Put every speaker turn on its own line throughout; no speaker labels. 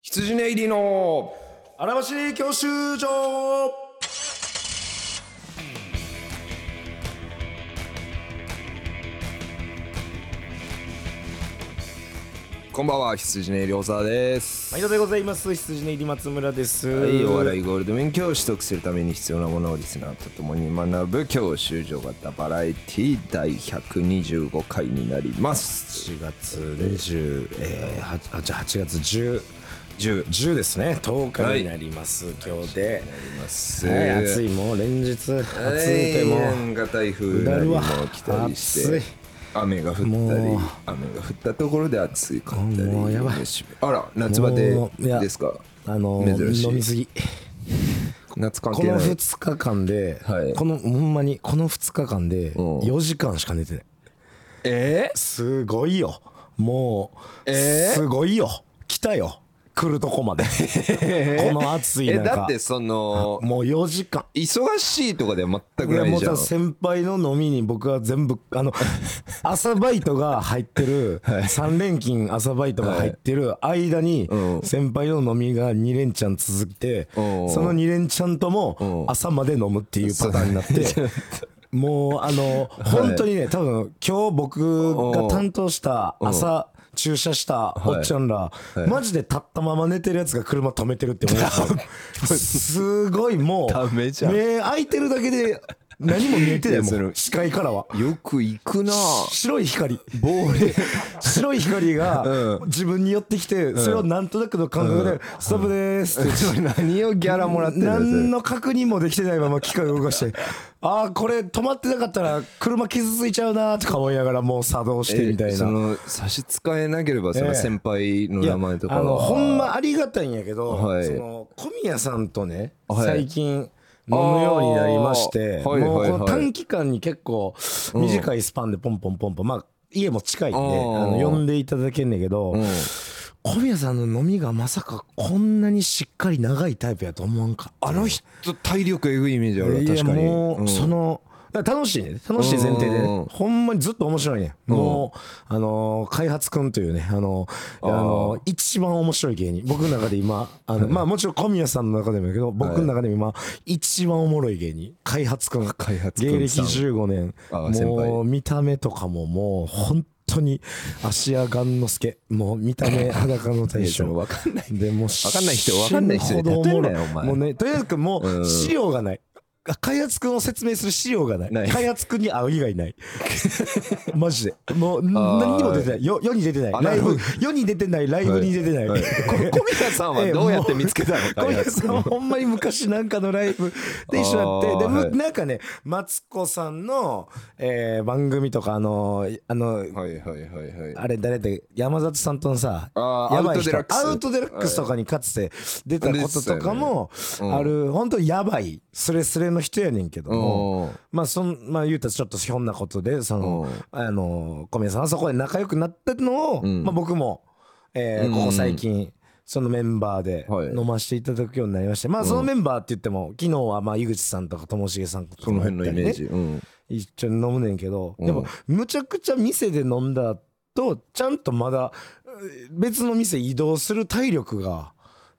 羊ネイリの
荒走教習所
こんばんは羊ネイリ大沢です
毎度でございます羊ね入り松村です
はいお笑
い
いゴールド免許を取得するために必要なものをリスナーと共に学ぶ教習所型バラエティ第125回になります
4月20えー、はあじゃあ8月10 10, 10ですね10日になります、今日で、
暑
はい、暑いもう連日暑いでもう
が台風なりも来たりし
暑
て
い
雨が降ったり
もう
雨が降ったところで暑いかったり
もうやばい
あら夏バテ
もういや
ですか
あの
珍しい
飲みすぎ
夏関
こ
係ない
の2日間で、
はい
このほんまにこの2日間
ん
で4時間しか寝てない
え
すごいよもう、
えー
すごいよ来たよ来るとこ までこの暑い
え
中
だってその
もう4時間
忙しいとかでは全
い
く
や
な
も
いうじゃ
さ
ん
先輩の飲みに僕は全部 あの朝バイトが入ってる3連勤朝バイトが入ってる間に
うん
先輩の飲みが2連チャン続いて
う
そ
ん
の2連チャンとも
うん
朝まで飲むっていうパターンになって
そう
もうあの本当にね多分今日僕が担当した朝駐車したおっちゃんらマジで立ったまま寝てるやつが車止めてるって思 うすごいもう
ダメじゃん
目開いてるだけで何も見えてな
い
い
やそ
も
れ
ん視界からは
よく行く な
白い光
亡霊
白い光が
う
自分に寄ってきてそれをなんとなくの感覚で「ストップでーす」って
それ何をギャラもらってるの
何の確認もできてないまま機械を動かして「ああこれ止まってなかったら車傷ついちゃうな」とか思いながらもう作動し
そ
て
れ
みたい
え
な
そ。の差し支えなければそ
え
の
え
先輩の
いや
名前とか
あ
は
のほんまありがたいんやけど、
はい
その小宮さんとね、
はい
最近飲むようになりまして、
あーはいはいはい
もうこの短期間に結構短いスパンでポンポンポンポン、まあ家も近いんであ
あー
の呼んでいただけんねんけど、
うん
小宮さんの飲みがまさかこんなにしっかり長いタイプやと思わんかった
あの人体力えぐいイメージあるわ
いや
確かに
もう、
うん
そのだから楽しいね楽しい前提で、
うんうんうん
ね、ほんまにずっと面白いね、もうあのー開発くんというねあの
あ
ーあ
ー
のー一番面白い芸人僕の中で今あ の、まあもちろん小宮さんの中でもやけど僕の中でも今、一番おもろい芸人開発くん
開発くんさん
芸歴15年
あー先輩
もう見た目とかももう本当に芦屋雁之助もう見た目裸の
い
大
やその
将
わかんない
でもう
かんない人わかんない人に例えろよ
死ぬほどおもろい
お前
もうねとにかくも
う
うん資料がない、開発君を説明する資料がない
ない
開発君に会う以外ない マジでもう何にも出てないよ世に出てな
あ
いライ
なる
ブ世に出てないライブに出てない、
はいはいこ小宮さんはどうやって見つけたの
小宮さんはほんまに昔なんかのライブで一緒だって
あー
で、む
はい
なんかねマツコさんの、えー番組とかあのあの
はいはいはいはい
あれ誰だっけ山里さんとのさ
あー
やばい人
アウトデラックス
アウトデラックスとかにかつて出たこととかも
よねうん
ある本当やばいスレスレの人やねんけど
う
も
ん
まあそんまあ言うたらちょっとひょんなことでそのあの小宮さんはそこで仲良くなったのを
うん
まあ僕もえ
うん
ーここ最近そのメンバーで
はい
飲ませていただくようになりましてまあそのメンバーって言っても昨日はまあ井口さんとかともしげさんとか
その辺のイメージ、うん
一緒に飲むねんけど、
うん
でもむちゃくちゃ店で飲んだとちゃんとまだえー別の店移動する体力が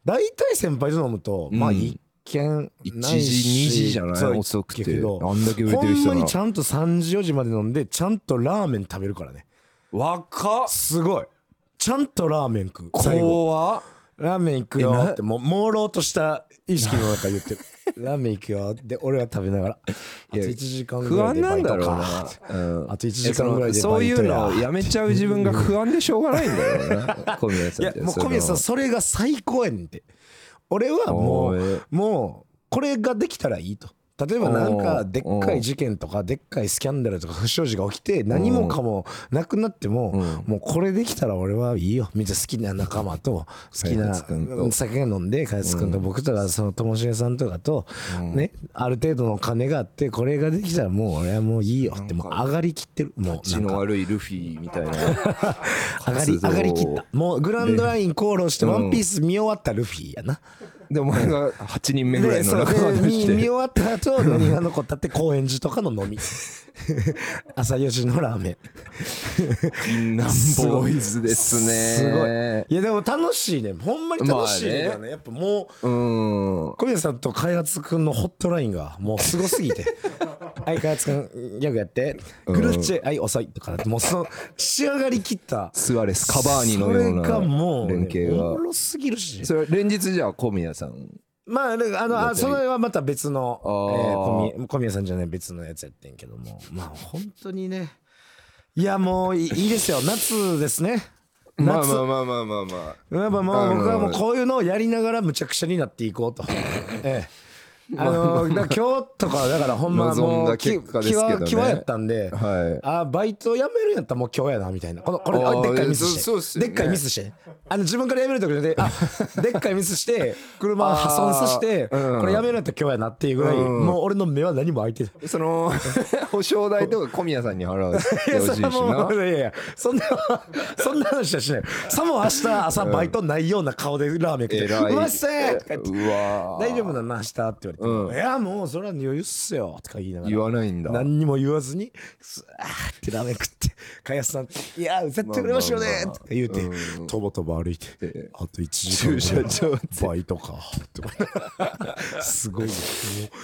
大体先輩と飲むと、
うん
まあ一軒
1
な
時
い
2
し
時じゃない
そう
遅く
一軒
て
けど
あんだけ売れ
ほ
てる
ん
人
ま
な
にちゃんと3時4時まで飲んでちゃんとラーメン食べるからね
若っ
すごいちゃんとラーメン食う最後
怖っ
ラーメン行く
え
よ
な
ってもう朦朧とした意識の中言 ってるラーメン行くよで俺は食べながらあと
いや
1時間ぐ
不
ら
安
いで
な
バ
ん
イ
だ
ト
ろう
か
な、うん
あと1時間ぐらいで
その
バ
そうい
イト
う
や
のをやめちゃう自分が不安でしょうがないんだよな小宮
い
さん
や
って
もう 小宮さん
そ
それが最高やねんて俺は
の
も
お
う
ー
もうこれができたらいいと例えばなん
お
か
ー
でっかい事件とかでっかいスキャンダルとか不祥事が起きて何もかもなくなっても
う
もうこれできたら俺はいいよみたいな好きな仲間と好き
開
な
発君と
酒が飲んで開発君と僕とかそのともしげさんとかとねある程度の金があってこれができたらもう俺はもういいよってもう上がりきってるもう
口
なんか
の悪いルフィみた いな
上がり
活動
上がりきったもうグランドラインコールして
うん
ワンピース見終わったルフィやな、
でお前が8人目ぐらい
で
の
そう
仲間
で
と
見
して
見終わった後何が残ったって高円寺とかの飲み朝4時のラーメン
ナンボーイズですね
すごいいやでも楽しいねほんまに楽しいね,、
まあ
やっぱもう
うん
小宮さんと開発くんのホットラインがもうすごすぎ て「はい開発くんよくやってグループチェはい遅い」とかもうその仕上がりきった
スアレスカバーニのような
それがもうね
連携
おも
が
ろすぎるし
それ連日じゃあ小宮さん
まああのあのあそれはまた別の、
あー
えー小宮小宮さんじゃない別のやつやってんけど もまあ本当にねいやもういいいですよ夏ですね 夏、
まあまあまあまあまあまあ
やっぱもう僕はもう
あの
こういうのをやりながらむちゃくちゃになっていこ うと。ええあのだから今日とかはだからほんま
望ん
もう
だ
き
結果ですけどね
際際やったんで、
はい
あバイト辞めるんやったらもう今日やなみたいなこのこれあ
あー
でっかいミス
いやそうそうっ
し
す
て、
よね
でっかいミスしてあの自分から辞めるときで あでっかいミスして車破損させて、
あーうん
これ辞めるんやったら今日やなっていうぐらい、
うん
もう俺の目は何も開いてない。
その 保証代とか小宮さんに払うし
い
て
や、
ほ
そ
しいし
れはも
な
ういやいや、そんな、そんな話はしない。さも明日朝バイトないような顔でラーメン食って、
偉いう
まっせーとか言って、
うわー
大丈夫なの明日って言われて、
うん
いや、もうそれは余裕っすよとか言いながら。
言わないんだ
何にも言わずに、すあーってラーメン食って、かやすさん、いや、絶対売れましょうね
まあまあまあ
とか言うて
う、
とぼとぼ歩いて
で、
あと1時
駐
間。
車場で
バイトか。とかすごい。もう
30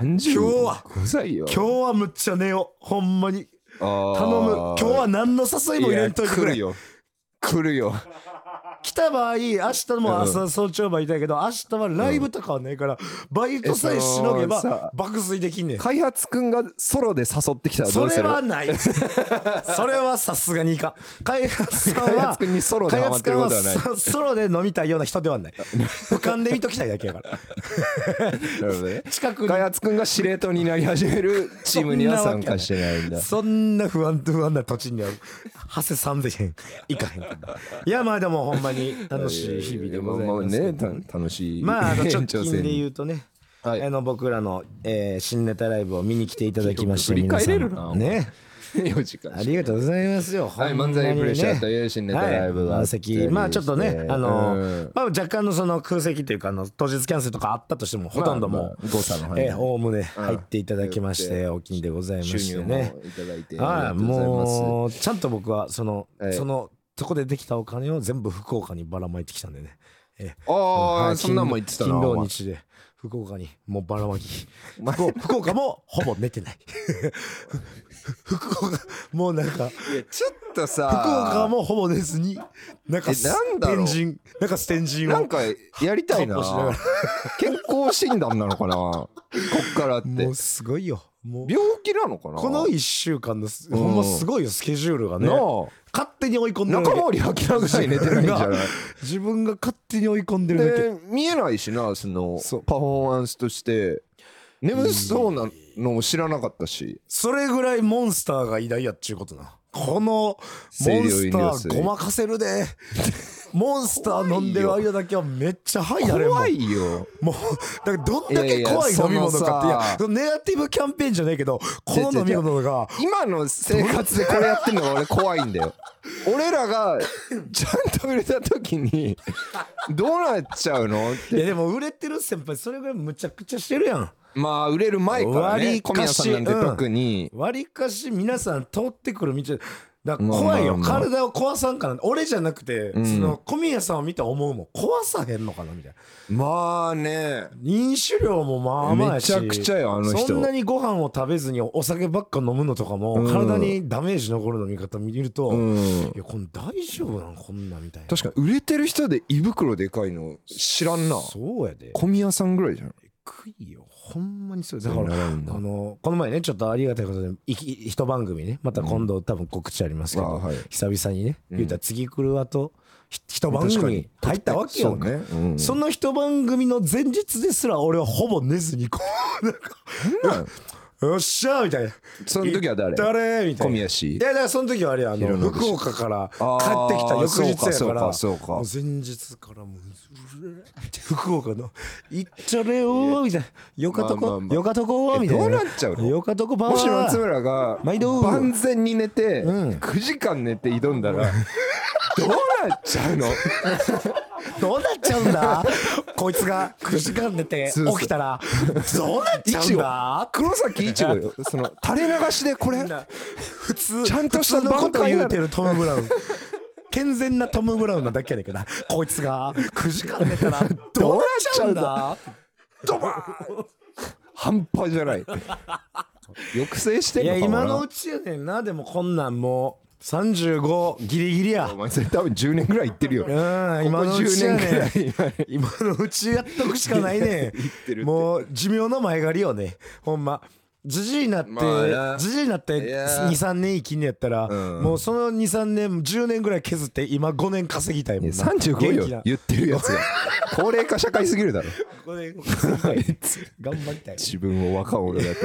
今日は
5歳よ
今日はむっちゃ寝よう。ほんまに。頼
頼
む今日は何の誘いも入れんといてく
来
れ
るよ来るよ
来た場合明日も朝早朝までいたいけど明日はライブとかはないからバイトさえしのげ
えそのさ
ば爆睡できんねん
開発くんがソロで誘ってきたらど
そう
す
れ
る
はないそれはさすがにいかん開発さんは
開発君にソロでハマってることはない
開発君はソロで飲みたいような人で はない俯瞰で見ときたいだけやから
なるほどね
近くに
開発くんが司令塔になり始めるチームには参加してないんだ
そんな不安と不安な土地にははせさんでへんいかへんからいやまあでもほんまに楽しい日々でございますけど
やまあねた楽しい
まあ、あの直
延長
近
戦
で言
に
うとね、
はい
あの僕らの、えー新ネタライブを見に来ていただきまして、
記録
皆
振り返
さ
れ
ん
るな
ね、
4時間
ありがとうございますよ。
はい
ほんまにね
漫才プレッシャーという新ネタライブが
は
あ
い
ったり
満席まあちょっとね
し、て
あ
う
の
ん、
まあ若干のその空席というか、あの、当日キャンセルとかあったとしても、ほとんどもう、
まあ誤差の範囲
えーおおむね入っていただきまし
う
て、お気にでございま
収
して
入
ね
も。いただいて
は
ありがと
い、
うございます
もう、ちゃんと僕は、その
は、い
その、そこでできたお金を全部福岡にばらまいてきたんでね。
あ
は
あ
い
そんなんも言ってたな
金
お
土
前
日で福岡にもうばらまき福岡福岡もほぼ寝てない 福岡もうなんか
いやちょっとさ
福岡もほぼ寝ずになんか
えなんだろう
天神なんか天神を
なんかやりたいな
カッポしながら
健康診断なのかなこっからって
も
病
うすごいよもう
気なのかな
この1週間のすほんますごいよスケジュールがね
なあ
勝手に追い込んでるだけ
中森明菜ぐらい寝てないんじゃない
自分が勝手に追い込んでるだけ
で見えないしなその
そう
パフォーマンスとして眠そうなのも知らなかったし
それぐらいモンスターが偉大やっちゅうことな。このモ
清
ン
涼
ス
飲
タ
料
ー
水
ごまかせる で。モンスター飲んでる間だけはめっちゃハイだね。
怖いよ
もう、だからどんだ
いや
け
いや
怖い飲み物かって、
そ
い
の
や
さ、
そのネガティブキャンペーンじゃないけど、この飲み物が、
今の生活でこれやってんのが俺怖いんだよ 俺らがちゃんと売れた時にどうなっちゃうのっ
い
て
やでも売れてる先輩、それぐらいむちゃくちゃしてるやん。
まあ売れる前からね
割
小
か
宮
し
さんなんて特に、
割かし皆さん通ってくる道だから怖いよ、
まあまあまあ
体を壊さんかな俺じゃなくて、
ん
その小宮さんを見て思うもん壊さへんのかなみたいな
まあね
飲酒量もまあまあやし
めちゃくちゃよあの人
そんなにご飯を食べずにお酒ばっか飲むのとかも、
うん
体にダメージ残る飲み方見ると、
うん
いやこの大丈夫なんこんなみたいな
確かに売れてる人で胃袋でかいの知らんな
そうやで
小宮さんぐらいじゃん
食いよほんまにそうだから
習うんだ
あのこの前ねちょっとありがたいことでいき一番組ねまた今度多分告知ありますけど、
あはい
久々にね、
うん
言うたら次来るわとひ一番
確か
組
に
入ったわけよ
そうね、うん、
そ
ん
の一番組の前日ですら俺はほぼ寝ずにこう なんか
なん
よっしゃーみたいな
その時は誰
誰みたい
小
な
宮氏
いやだからその時はあれやあの
広野
福
口
岡から
あー
帰ってきた翌日やから
そうかそうかそうか
もう前日からもううるるるって福岡の「行っちゃれよー」みたいな「よかと
まあま
こ
あまあ
よかとこー」みたいな
えどうなっちゃうの
よかとこばー
もし松村が
毎度
万全に寝て
うん
9時間寝て挑んだらどうなっちゃうの
どうなっちゃうんだ こいつが9時間寝て
そうそう
起きたらどうなっちゃうんだ
黒崎一護よその垂れ流しでこれ
普通
ちゃんとした
普通のこと
挽回な
言
の
うてるトム・ブラウン健全なトム・ブラウンなだけやねんけどなこいつが9時間寝たら どうなっちゃうんだ
ドバーン半端じゃない抑制して
い
んの
や
かもな
今のうちやねんなでもこんなんもう35ギリギリや
お前それ多分10年ぐらい行ってるよ
うん今のうちやねん 今のうちやっとくしかな いね
てるって
んもう寿命の前借りよねほんまじじいになって
まあな
じじいになって
いや
23年生きんねやったら
うん
もうその23年10年ぐらい削って今5年稼ぎたいもんな
35
元気
よ
な
言ってるやつが高齢化社会すぎるだろ
5年稼ぎた い頑張りたい
自分を若者 だと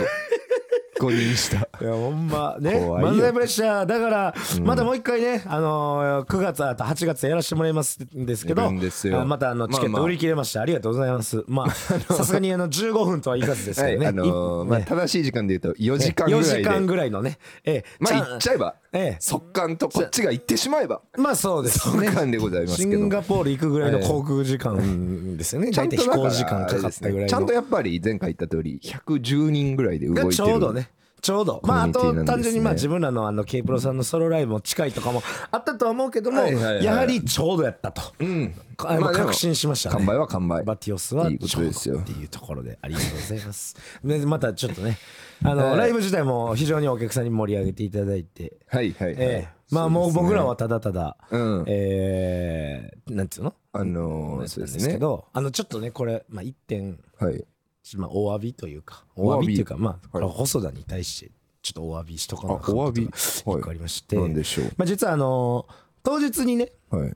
5人した
いやほんまね
怖いよ
漫才プレッシャーだからまたもう一回ねあのー9月あと8月やらせてもらいますんですけど
やるんですよ
あまたあのチケ
ま
ッ
あま
ト
あ
売り切れましたありがとうございますまあさすがにあの15分とはいかずです
は
け
い
どね
あのーまあ
ね
正しい時間で言うと4時間ぐ
4
らい
時間
で
ぐらいのねええ
まあ
ちゃん
行っちゃえば
ええ
速乾とこっちが行ってしまえば
まあそうです
速
ね
乾でございます
シ
けど
ンガポール行くぐらいの航空時間ですよね
ちゃ
大
んと
体
だ
飛
から
行時間かかった
あれ
ぐ
で
らい
すねちゃん
の
とやっぱり前回言った通り110人ぐらいで動いて
が
る
ちょうどねちょうどまあ
コ
あ
ミュ
と
ニティなん
単
ですね
純にまあ自分らのあの K プロさんのソロライブも近いとかもあったとは思うけども
はいはいはい
やはりちょうどやったとかあの
まあでも
確信しました
完
ね
売は完売
バティオスはい
いことですよ
ちょうどっていうところでありがとうございます でまたちょっとねあ
え
の
え
ライブ自体も非常にお客さんに盛り上げていただいて
はいはいはい、
ええまあもう僕らはただただ
うん
えーなんていうの
あのー、
そ
そう
う
で
ですすけ
ね
どあのちょっとねこれまあ1点
はい
まあ、お詫びというか、
お
お
詫び
詫びっていうか、まあ、こ
はい
れは細田に対して、ちょっとお詫びしと
あ
かなあかんこ
お詫
と
び
が一個ありまして、
なんでしょ
まあ、実はあのー当日にね、
うはい、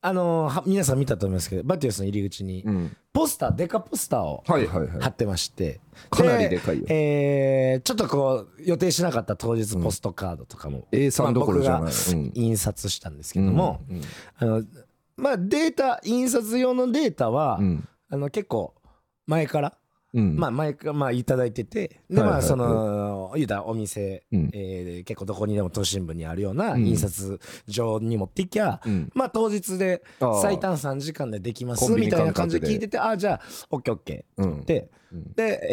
あのーは皆さん見たと思いますけど、バティオスの入り口に、
うん、
ポスター、デカポスターを
はいはいはい
貼ってまして、
かなりでかいよ
えーちょっとこう、予定しなかった当日ポストカードとかも、
A さんどころじゃ
ま
な
あ
い、
僕
う
が
ん
印刷したんですけども、
うんうん
あの、まあ、データ、印刷用のデータは、
うん
あの、結構、前から、
うん
まあ前からまあいただいててで
はいはい
まあその言うたらお店
うん
えー結構どこにでも都心部にあるような
うん
印刷所に持っていきゃ
うん
まあ当日で
あー
最短3時間でできま
コ
す
ンビニ
みたいな感
感覚
じで
で
聞いててああじゃあオッケーオッケ
う
ー
ん
で
うん
で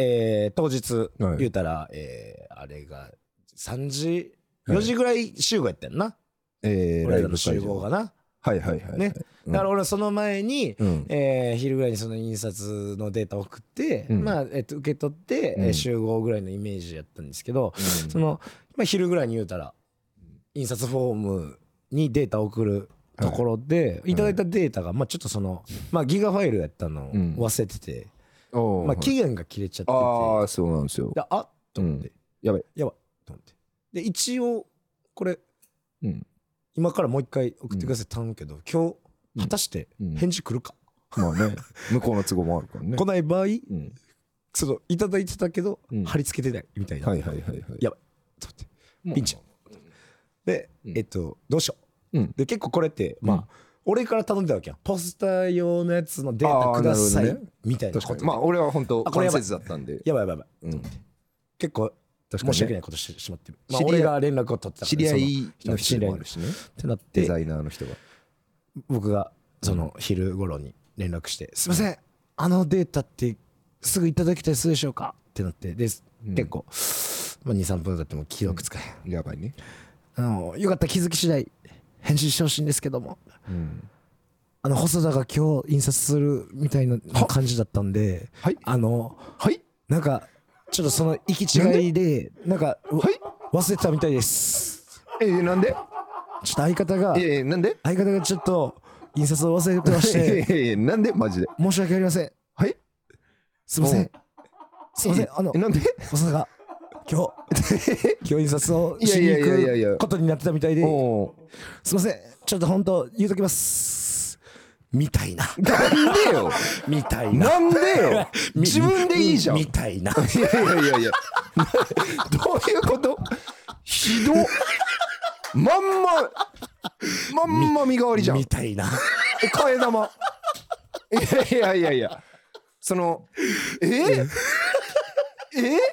えー当日
はい
言うたらえーあれが3時
はい
4時ぐらい集合やったよな
えー、ラ
俺
イ
ら
ブ
の集合がな
はいはいはい
ね
うん
だから俺はその前に
うん
えー昼ぐらいにその印刷のデータを送って、
うん
まあ、えっと、受け取って、
うん
えー集合ぐらいのイメージやったんですけど、
うん
その、まあ、昼ぐらいに言うたら印刷フォームにデータを送るところで、い、ただいたデータが、まあ、ちょっとその、まあ、ギガファイルやったのを
うん
忘れてて、
おー
まあ、期限が切れちゃってて、
ああそうなんですよ
であっと思って、
うんやばい
やばいと思ってで一応これ
うん
今からもう一回送ってください頼むけど今日果たして
うん
返事来るか、
まあね向こうの都合もあるからね
来ない場合
うん
そのいただいてたけど、
うん
貼り付けてないみたいな、
はいはいはいはい
いやと思って
もう
ピンチで、
うん
えっとどうしよう、
うん
で結構これってまあ、
うん
俺から頼んでたわけやポスター用のやつのデータくださ
あー
い、
なるほどね
みたいな
確
こ
かに
と
まあ俺は本当
あこ
関
れやばい
節だったんで
やばいやばいやば
う
い
ん
結構
確かにね
申し訳ないことしてしまってる、まあ、
知り合い
俺が連絡を取ってた
知り合いの
の
人で
知り合
もあ
いの
る
人
しね
ってなっ
デ
て
ザイナーの人が
僕がその昼頃に連絡して「すいませんあのデータってすぐいただきたりするでしょうか?」ってなってで、
うん
結構、まあ、23分経っても記録つかへん
やばいね
あのよかったら気づき次第返信してほしいんですけども
うん
あの細田が今日印刷するみたいな感じだったんで、
はい
あの
はい
なんかちょっとその行き違いでなんか、
はい
忘れてたみたいです
えー、なんで
ちょっと相方が
えー、なんで
相方がちょっと印刷を忘れてまし
え
て
ー、なんでマジで
申し訳ありません
はい
すいませ
おうん
すいませんあの
えなんで
細田が 今日今日印刷を
いや
し
い
に
やいやいやいや
行くことになってたみたい で
おー
すいませんちょっと本当言うときますみたいな
なんでよ
みたい
な
な
んでよ
み
自分でいいじゃんい
みたいな
やいやいやいやなどういうことひどっまんままんま身代わりじゃん
みたいな
替え玉いやいやいやいやそのえええ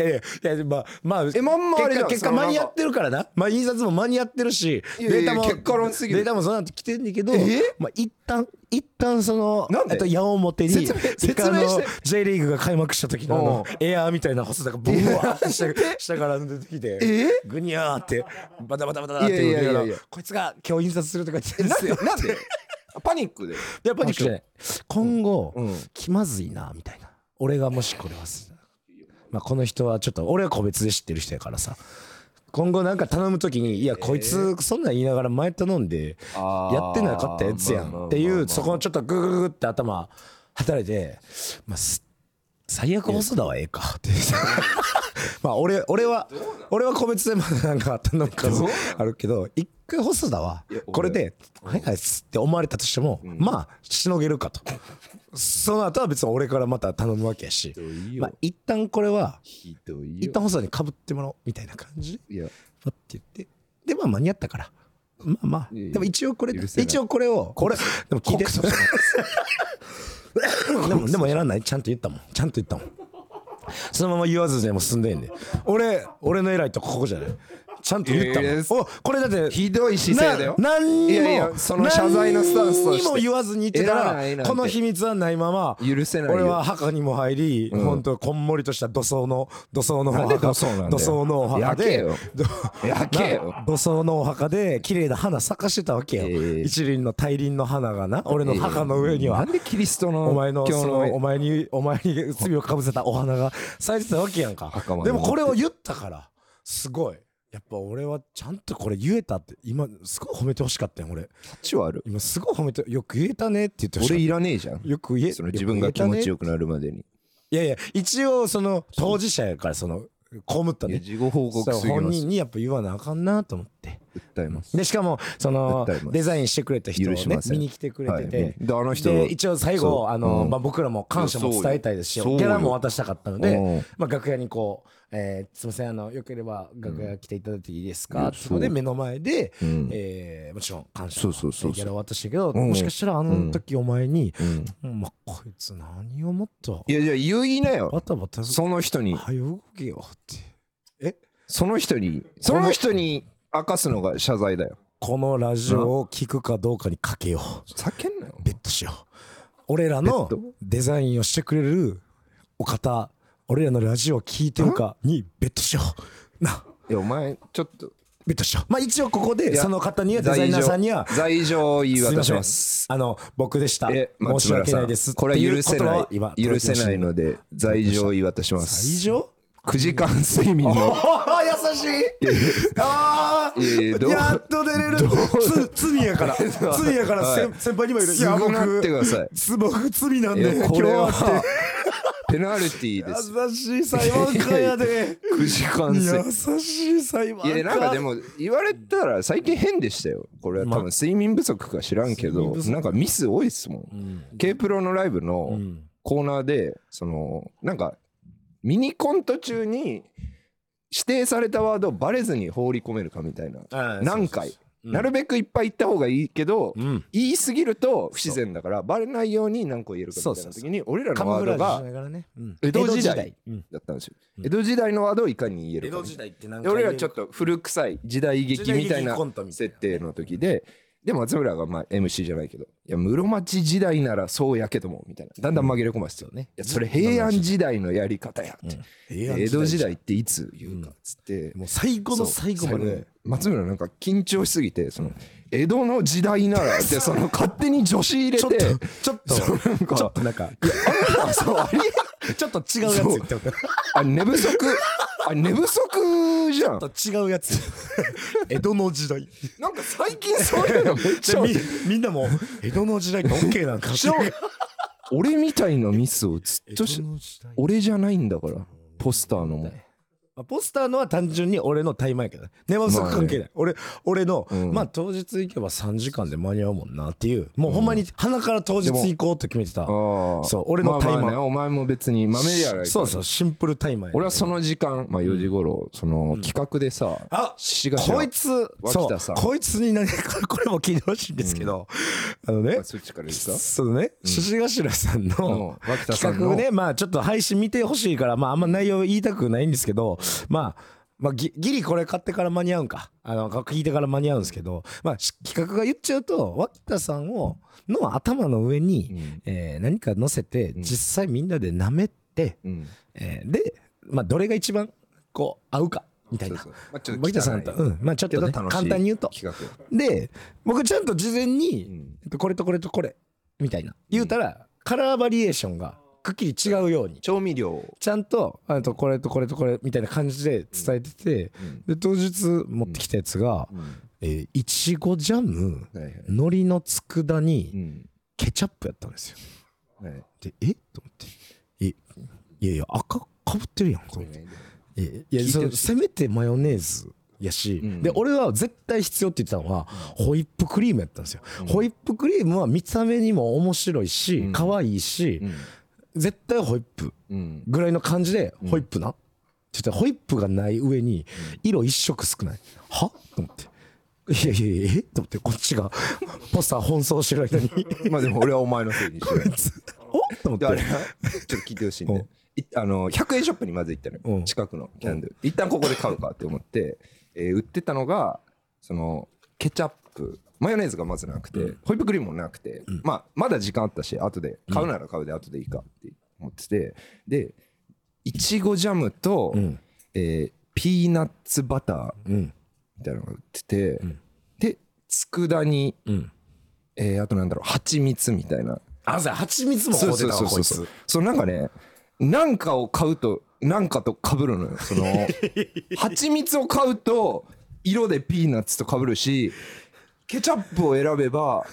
いやいや、いやまあ、まあ、
えまんまあれ
結
じゃんそ
果、結果
の
間に合ってるからな。まあ、印刷も間に合ってるし、
いやいや
データも、
結果論すぎる
データもその後来てんねんけど、
え
まあ、一旦、一旦その、
なんで
えっと矢面に、
説明
一回あの
説明して
J リーグが開幕した時のあの、エアーみたいな細さがブワーって下下から出てきて、
え
ぐにゃーって、バタバタバタって、
いやいやいやいや
こいつが今日印刷するとか言ってん
な
で
ん
す
で
よ。
なんでパニックで
やっぱり来てない今後、
うん
気まずいなみたいな俺がもしこれはすまあこの人はちょっと俺は個別で知ってる人やからさ今後なんか頼むときにいやこいつそんなん言いながら前頼んで
あー
やってなかったやつや
まあまあまあま
ん
あ
っていうそこのちょっとググググって頭働いてまあす最悪細田はええかってまあ俺俺は俺は個別でまだなんか頼む数
どうなの
あるけど一回細田はい
や俺
これで「はいはい」っつって思われたとしても、まあしのげるかとその後は別に俺からまた頼むわけやし
どいよ
まあ一旦これは
ひどい
一旦細田にかぶってもらおうみたいな感じで
いや
パッて言ってでまあ間に合ったからまあまあ
いやいや
でも一応これ
許せない
一応これをこれでも聞いて でもでもやらないちゃんと言ったもんちゃんと言ったもんそのまま言わずでも済んでんで俺俺の偉いとここじゃないちゃんと言ったも
いやいや
んおこれだって
ひどい姿勢だよ
な何にも
いやいやその謝罪のスタンスとして
何にも言わずに言ってた
えらいな
ら
んて
この秘密はないまま
許せないよ
俺は墓にも入り
ん
本当こんもりとした土葬の土葬のお
なんで
墓
土葬なんだよ
土葬のお墓
焼
で
けよ焼けよ
な土葬のお墓で綺麗な花咲かしてたわけよ、
ええ
一輪の大輪の花がな俺の墓の上には、
なんでキリストの
お前の
今
そ
日
の
の上
お前にお前に罪をかぶせたお花が咲いてたわけやんか
墓まで
でもこれを言ったからすごいやっぱ俺はちゃんとこれ言えたって今すごい褒めてほしかったよ俺
価値はある
今すごい褒めてよく言えたねって言ってほしか
俺
っ
いらねえじゃん
たよく言え
その自分が気持ちよ
く
くなるまでに
言えたねいやいや一応その当事者やからその被った
いや
ね
事後報告
そう
すぎ
本
ます
人にやっぱ言わなあかんなと思って
訴えます
でしかもその
訴えます
デザインしてくれた人を
許し
ね
ません
見に来てくれてて、
はいであの人
で一応最
そう
後あの、
うん
まあ、僕らも感謝も伝えたいですし
いや
ギ
そうよ
ャラも渡したかったの
う
で
ん、
まあ、楽屋にこう、えーすいませんあのよければ楽屋来ていただいていいです
うん
か?」っていうの
そ
で
う
目の前で、
うん
えーもちろん感謝
そうそうそうそう
ギャラ渡したけど、
うん
もしかしたらあの時お前に
う
「うんまあ、こいつ何をもっと
いやじゃあ言いなよ
バタバタ
その人に
早動けよ」って。
その人にその人に明かすのが謝罪だよ
このラジオを聞くかどうかにかけよう。
叫んなよ
ベットしよう俺らの
ベッド
デザインをしてくれるお方俺らのラジオを聞いてるかにベットしようない
やお前ちょっと
ベットしようまあ一応ここで
いや
その方にはデザイナーさんには
罪状を言い
すい
渡
ま
し
せん
ます
あの僕でした
え
申
松
し
村
訳
さ
なんいです
これは許せな
ってう言葉を
い
今
許せないので罪状を言い渡しま
最
す
上
9時間睡眠
お
の
ー 優しいあ
いやいやど
ー
う
やっと出れるつ罪 やから罪やから
は
先
い
先輩にもいるい
す
や
ご
僕
なってください
つ僕罪なん
い
で
や
今日
これ
は
は
って
ペナルティーです
優しい裁判官やで
9時間睡眠
優しい裁判
い
官
やなんかでも言われたら最近変でしたよこれは多分睡眠不足か知らんけど
睡眠不足
なんかミス多いっすもん K プロのライブの、
うん
コーナーでそのなんかミニコント中に指定されたワードをバレずに放り込めるかみたいな
ああ
何
そう
回
そうそううん
なるべくいっぱい言った方がいいけど
うん
言いすぎると不自然だからバレないように何個言えるかみたいな時に俺ら
カ
の
ム
ワー
フ
ド
ラ
が
ージュしながらねうん
江戸時代
うん
だったんですよ江戸時代のワードをいかに言える
江
か
戸
みたい
時代ってなん
な
か
で俺らちょっと古臭い時代劇みたい
時代劇
な
コントみたいな
設定の時でで松村がまあ MC じゃないけど「いや室町時代ならそうやけども」みたいなだんだん紛れ込ませて
そうね
いやそれ平安時代のやり方やって、
平安
江戸時代っていつ言うかっつって、
もう最後
そ
の
う
最後ま
最
で
松村なんか緊張しすぎてその江戸の時代ならって その勝手に女子入れ
ちょってとちょっと
そうなんか
ちょっとなんか
あんなそうありえ
ちょっと違うやつ言ってもらう
あ寝不足あ寝不足じゃん
ちょっと違う やつ江戸の時代
なんか最近そういうのめっちゃ多い
でみみんなも江戸の時代って OK なんか
しょ俺みたいなミスをずっとし
江戸の時代
俺じゃないんだからポスターのも
まあポスターのは単純に俺のタイマンやけどね寝不足関係ない、俺俺の、まあ当日行けば3時間で間に合うもんなっていうもうほんまに鼻から当日行こうと決めてた、
ああ
そう俺のタイ
まあ
マー
まあね、お前も別に豆やら
そう
う
そうシンプルタイマーやね
俺はその時間、まあ、4時頃その企画でさ、
あ
しがしら
こいつそ
脇田さ
うんこいつに何かこれも聞いてほしいんですけど、あのね
あそっちから言った
そのね獅子頭さんの
うん脇田さんの
企画ねまあちょっと配信見てほしいからまああんま内容言いたくないんですけどまあまあ、ぎギリこれ買ってから間に合うんかあの聞いてから間に合うんですけど、まあ、し企画が言っちゃうと脇田さんをの頭の上に、
うん
えー何か乗せて、
ん
実際みんなで舐めて、
うん
えーで、まあ、どれが一番こう合うかみたいな
そうそうまあちょっと汚い
森田さんと、うんまあ、ちょっ
け
と、
ど
ね、
楽しい
簡単に言うと
企画
で僕ちゃんと事前に、
ん
えっとこれとこれとこれみたいな言うたら、カラーバリエーションがくっきり違うように
調味料を
ちゃんとあとこれとこれとこれみたいな感じで伝えてて、で当日持ってきたやつが、えーいちごジャム
はいはい
海苔の佃
う
に
ん
ケチャップやったんですよ
はい
でえと思ってえいやいや赤かぶってるやんと思ってえい
聞
や
いて
そ
ほ
う
しい
せめてマヨネーズやし、
うん
で俺は絶対必要って言ってたのはホイップクリームやったんですよ、ホイップクリームは見た目にも面白いし、
うん
可愛いし、
うん
絶対ホイップ
うん
ぐらいの感じでホイップな、って言ったらホイップがない上に色一色少ないはと思って。いやいやいやえと思ってこっちがポスター奔走してる間 に
まあでも俺はお前のせいにしてない
おと思 っ
であれ
て
なちょっと聞いてほしいん
う
で
ん
いあの100円ショップにまず行ったの
う
よ
ん
近くのキャンドル一旦ここで買うかって思ってえー売ってたのがそのケチャップマヨネーズがまずなくてホイップクリームもなくてまあまだ時間あったし後で買うなら買うで後でいいかって思っててでいちごジャムと
うん
えーピーナッツバター
うん
みたいなのが売ってて
ん
で佃煮
うん
えーあとなんだろう蜂蜜みたいな
あそうや蜂蜜もこう出たわこいつ
そうなんかねなんかを買うとなんかと被るのよそ の蜂蜜を買うと色でピーナッツと被るしケチャップを選べば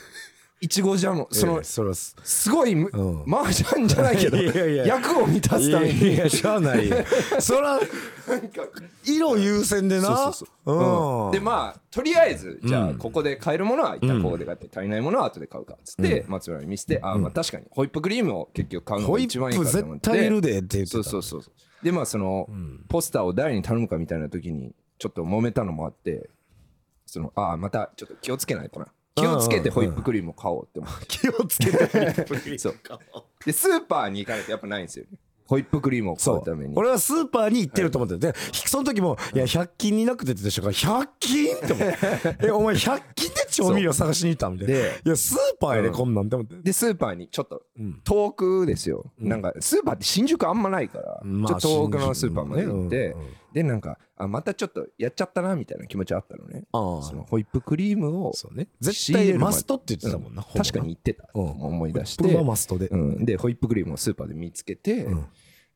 いちごジャムその、
ええそれはす
すごい、む
うん
マージャンじゃないけど
いやいやいや
役を満 たすため
いやい
に
や、しゃあないよ。 そ
な
ら、
んか
色優先でな。
そうそうそう、うん、で
で、
まあとりあえずじゃ
う
あ
ん
ここで買えるものは一旦ここで買って足りないものは後で買うかっつって、松村に見せて、ああまあ確かにホイップクリームを結局買うの
ホ
が
イ
一番い
ッ
い
プ
かと思っ
絶
て
対いるでって言ってた。
そうそうそうそうでまあその、ポスターを誰に頼むかみたいな時にちょっと揉めたのもあってそのああまたちょっと気をつけないとな気をつけてホイップクリームを買おうって思 って、
気をつけて。
そうでスーパーに行かれてやっぱないんですよホイップクリームを買
そう
うために
俺はスーパーに行ってると思ってたで、その時も、いや、100均になくてって言ってた人が、100均って 思って。え、お前100均で調味料探しに行ったみたいな。い
で
や、スーパーやで、
うん
こんなんって思って。
でスーパーにちょっと
うん
遠くですよ、なんかスーパーって新宿あんまないから、
まあ
ちょっと遠くのスーパーまで行って、
新宿もねうんうん
でなんかあまたちょっとやっちゃったなみたいな気持ちあったのね
ああ
そのホイップクリームを
そうね。
仕入
絶
れ
対
るま
マ
で
ストって言ってたもんな。
確かに言ってた、
うん
思い出して、
ほぼな。僕はマストで。
うん、でホイップクリームをスーパーで見つけて、
うん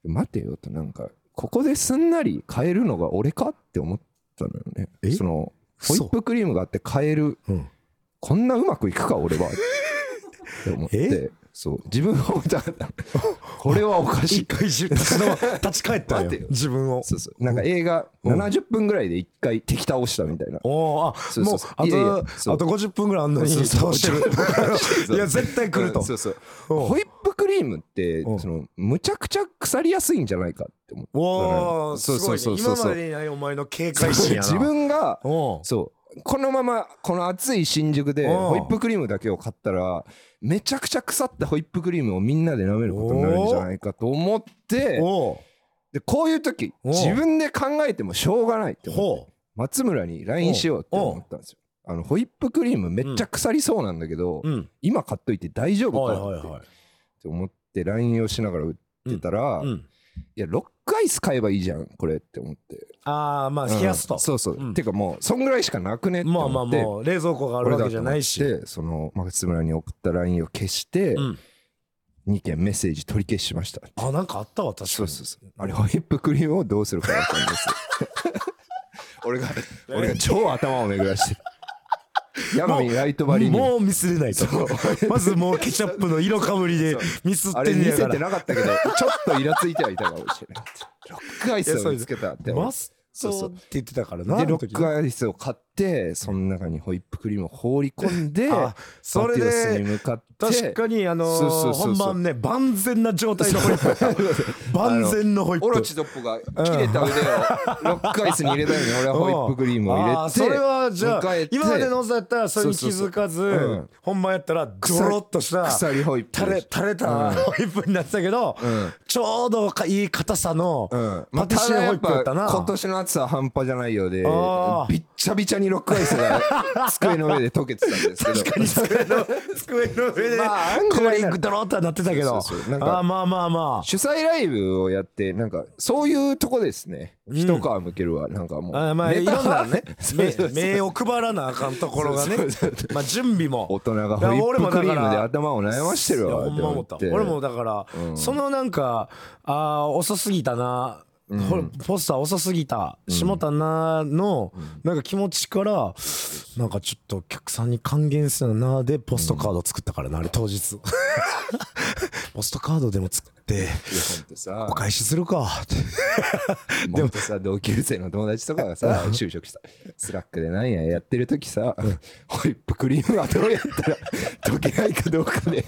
待てよとなんかここですんなり買えるのが俺かって思ったのよ
え
ねそのホイ
嘘
ップクリームがあって買える
うん
こんなうまくいくか俺はって思っ
え
てそう自分は思 ったからこれはおかし
一
い
回 立ち止ま立ち返ったよ
待てよ
自分を
そうそうなんか映画
うん
70分ぐらいで一回敵倒したみたいな
おおあ
そうそうそう
もう
いやいや
あ
そ
と
う
あと50分ぐらいあんのに
そうそ
倒
う
してる
そう
いや絶対来ると
うんそうそう
うん
ホイップクリームって
うん
そのむちゃくちゃ腐りやすいんじゃないかって思って
おおす
そう
ご
そ
いうね
そうそう
今までにないお前の警戒心やな
自分が
お
そうこのままこの暑い新宿で
うん
ホイップクリームだけを買ったらめちゃくちゃ腐ったホイップクリームをみんなで舐めることになるんじゃないかと思って
お
でこういう時
お
自分で考えてもしょうがないって思って
ほ
松村に LINE しようって思ったんですよ。あのホイップクリームめっちゃ腐りそうなんだけど、
ううん
今買っといて大丈夫
はい
か
はい
って
はい
って思って LINE をしながら売ってたら、
う
い
ん
やロックアイス買えばいいじゃんこれって思って
ああまあ冷やすと
うんそうそう、
うん
てかもうそんぐらいしかなくねって
まあまあ
思って
もう冷蔵庫があるわけじゃないし
俺だと思ってその松村に送った LINE を消して、
うん
2件メッセージ取り消しました
あなんかあったわ確か
そう
に
そうそうあれホイップクリームをどうするかだったんです 俺が 俺が超頭を巡らしてヤマミライトバリに
もうミスれないとまずもうケチャップの色かぶりでミスっ
あ
て
れ
ん
見
ねや
せ
か
て
ら
なかったけどちょっとイラついてはいたかもしれないロックアイスを見つけたって思
マ
って
ス
そうそ
ト
う
って言ってたからな。
で
あ
ロ
の時
ックアイスを買ってその中にホイップクリームを放り込んで
あそれ
バティオスに
で、
向かって
確かにあの
そうそうそう
ー、
そう
本番ね、万全な状態 のホイップ。万全のホイップ。
オロチドッポが切れた腕をロックアイスに入れたように俺はホイップクリームを入れ
あー
て
それはじゃあ
迎えて
今までのさやったらそれに気
そうそうそう
づかず
うん
本番やったらドロッとした
鎖ホイップ
垂れ垂れたホイップになってたけど、
ん
ちょうどかいい硬さの
うん、
パティシエホイップやったな、
今年の暑さは半端じゃないようで
あー
びっちゃびちゃにロックアイス が机の上で溶けてたんですけど
確かに机の 机の上で
まあ案
コー
外
リングドロッとはなってたけどあ
そうそうそうなんか
ーまあまあま
主催ライブをやってなんかそういうとこですね、一皮むけるはなんかもう
ああーまあい
ネ
ろん
タ
なね
そうそうそう
目目を配らなあかんところがね
そうそう
まあ準備も
大人がホイップクリームで頭を悩ましてる
い
わ
やほんま思った
って思って
俺もだから、
うん
そのなんかあー遅すぎたな、ほらポスター遅すぎたしもたなの、なんか気持ちからなんかちょっとお客さんに還元するなでポストカード作ったからな、あれ当日 ポストカードでも作って
いやほんとさ
お返しするかって
でもさ同級生の友達とかがさ就職したスラックでなんややってる時さホイップクリームはどうやったら溶けないかどうかで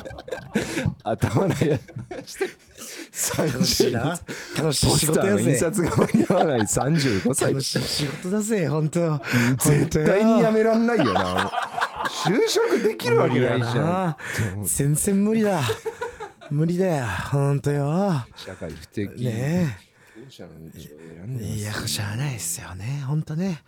頭悩まして
楽しいな
30
楽しい
ポ
仕
スタ
事
ー
や
の印
ぜ
刷が間に合わない35歳
楽しい仕事 だぜ本当
絶対にや
め
めらんないよな就職できるわけないじゃん
全然無理だ無理だよ本当よ
社会不適
ね
当社の道を選ん
え
で
いやしゃあないですよね本当ね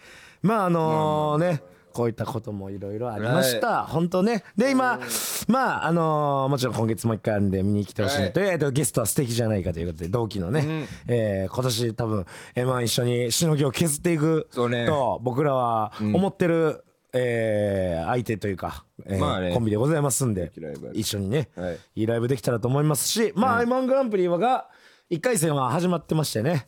まああのねこういったこともいろいろありました本当ねで今まああのーもちろん今月もう一回あるんで見に来てほしい
は
ないとえっとゲストは素敵じゃないかということで同期のねえー今年多分 M1 一緒にしのぎを削っていく
そうね
と僕らは思ってるえー相手というかえー
まあね
コンビでございますんで
ライブある
一緒にね
はい
いいライブできたらと思いますし、まあ、M1 グランプリはが、1回戦は始まってましてね、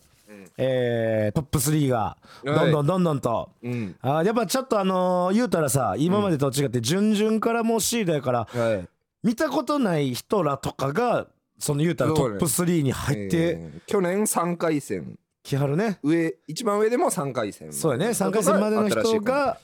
えートップ3が、どんどんどんどんと、
ん
あーやっぱちょっとあのー言うたらさ、今までと違って、順々からもうシードやから、
はい
見たことない人らとかが、その言うたらト
そうね
ップ3に入っ
え
て
ー去年3回戦
きはるね。
上一番上でも3回戦
そうやね、3回戦までの人が、
うん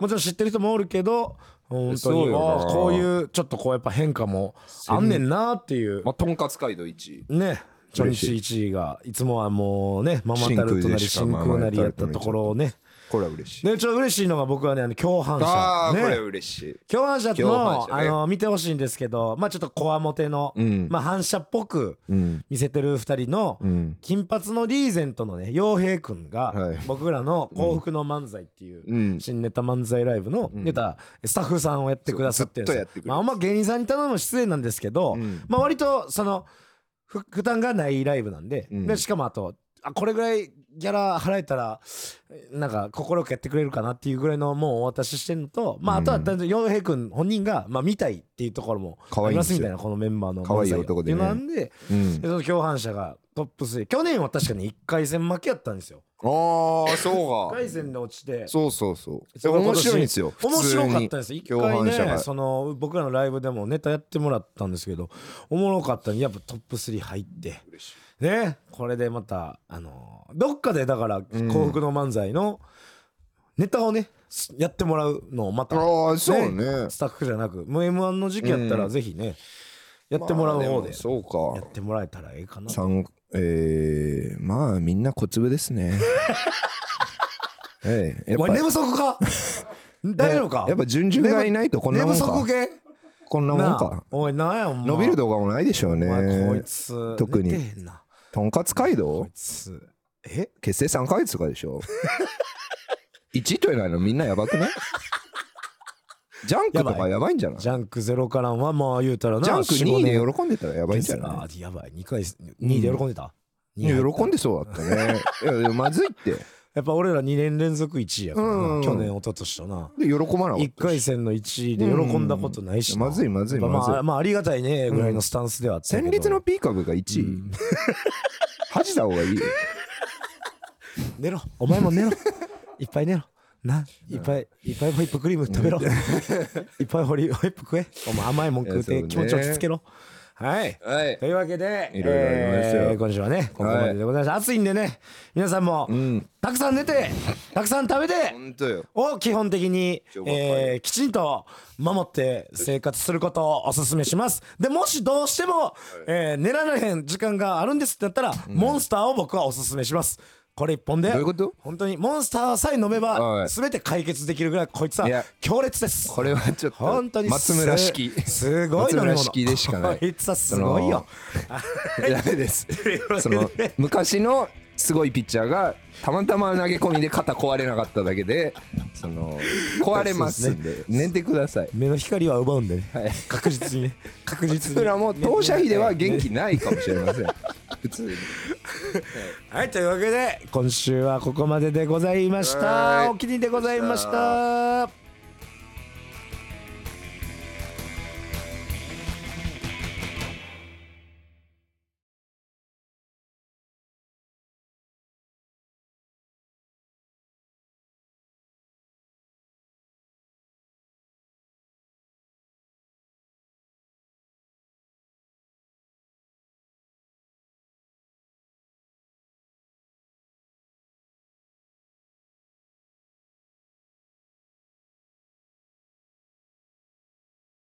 もちろん知ってる人もおるけど、本当
そう
に、
よな
あーこういう、ちょっとこうやっぱ変化もあんねんなっていう。
まあ、とんかつ街道1位
ね初
嬉し
日1位がいつもはもうねママタルとな
真空で
り真
しか
空なりやったところをね
これは嬉しい
でちょっと嬉しいのが僕はねあの共犯
ああ、これ
者
は
ね
嬉しい
共犯者
共
の
犯者
あ
ね
の見てほしいんですけどまあちょっとこわもての
うん
まあ反射っぽく
うん
見せてる2人の
うん
金髪のリーゼントのね陽平くん
は
が
い
僕らの幸福の漫才っていう
うん
新ネタ漫才ライブの
ん
出たスタッフさんをやってくださってるんです
そうずっとや
よ
ってくれてる
まああんま芸人さんに頼むの失礼なんですけど、
うん
まあ割とそのふ負担がないライブなんで,、
うん
でしかもあとあこれぐらいギャラ払えたらなんか心よくやってくれるかなっていうぐらいのもうお渡ししてるのと、まあ、あとはだんだん洋平君本人が、まあ、見たいっていうところも
可
あ
愛い
り
ん
ま
ですす
み
よ
たいなこのメンバーの
可愛い男でね
なんで
うん
でその共犯者がトップ3去年は確かに1回戦負けやったんですよ
ああそう
1
か
回戦で落ちて
そうそうそう
そ
え
の今
面
年
白いんですよ普
面
通に
白かったです一
共
回
犯者
ね
が
その僕らのライブでもネタやってもらったんですけどおもろかったんでやっぱトップ3入って
嬉しい
ねこれでまたあのどっかでだから
うん
幸福の漫才のネタをねすやってもらうのをまた
ああそうね
スタッフじゃなくもう m 1の時期やった
う
ら
ん
ぜひねやってもらう
まあ
方
でも
で
そう
や
か
ってもらえたらええかな
三えー、まあみんな小粒です ねええや
お
っ
前
ぱ
寝不 足か大丈夫か
やっぱ準々がいないとこんなもん
寝不
か
足系
こんなもん
な
か
あおいなんやお前
伸びる動画もないでしょう
お前こい
ね
つ
特に
寝てへんな
とんかつ街道
こいつえ
結成3ヶ月とかでしょ 1位とれないのみんなやばく ないジャンクとかやばいんじゃない
ジャンクゼロからんはまあ言うたらな
ジャンク
四五
2位
年
で喜んでたらやばいんじゃ
あ
な
ーやばい2回2位で喜んでた、
いいや喜ん
で
でそうだったねいやでもまずいって
やっぱ俺ら2年連続1位やからな、
うん
去年一昨年とな
で喜ばなかっ
1回戦の1位で喜んだことないしな、
うんまずいまずい
やっぱ
まず
まあ
い
まあありがたいねぐらいのスタンスではあったたけど
戦列のピーカブが1位、恥じた方がいいよ
寝ろお前も寝ろ いっぱい寝ろないっぱいいっ ぱいホイップクリーム食べろいっぱいホリホイップ食えお前甘いもん食う
いや
て
そうね
気持ち落ち着けろはい。
はい
というわけで、
いろいろありましたよ
えー今週はね、ここまででございました。暑いんでね、皆さんも、
ん
たくさん寝て、たくさん食べて、
本当よ
を基本的に
情、報
えーきちんと守って生活することをお勧めします。で、もしどうしても、えー寝られへん時間があるんですってなったら、モンスターを僕はお勧めします。これ一本で、
どういうこと
本当にモンスターさえ飲め
は
ば、
い
全て解決できるぐらい、こいつはい
や
強烈です。
これはちょっと
本当に
松村式
すすごい
松
飲み物
村式でしかない
こいつはすごいよ。
ダメです
はい
その昔のすごいピッチャーがたまたま投げ込みで肩壊れなかっただけでその壊れますんで寝てください
目の光は奪うんでね、
はい
確実にね 確実
そ
に
れはもう当社費では元気ないかもしれません普通に
はいというわけで今週はここまででございまし
は
た
い
お気に入りでございました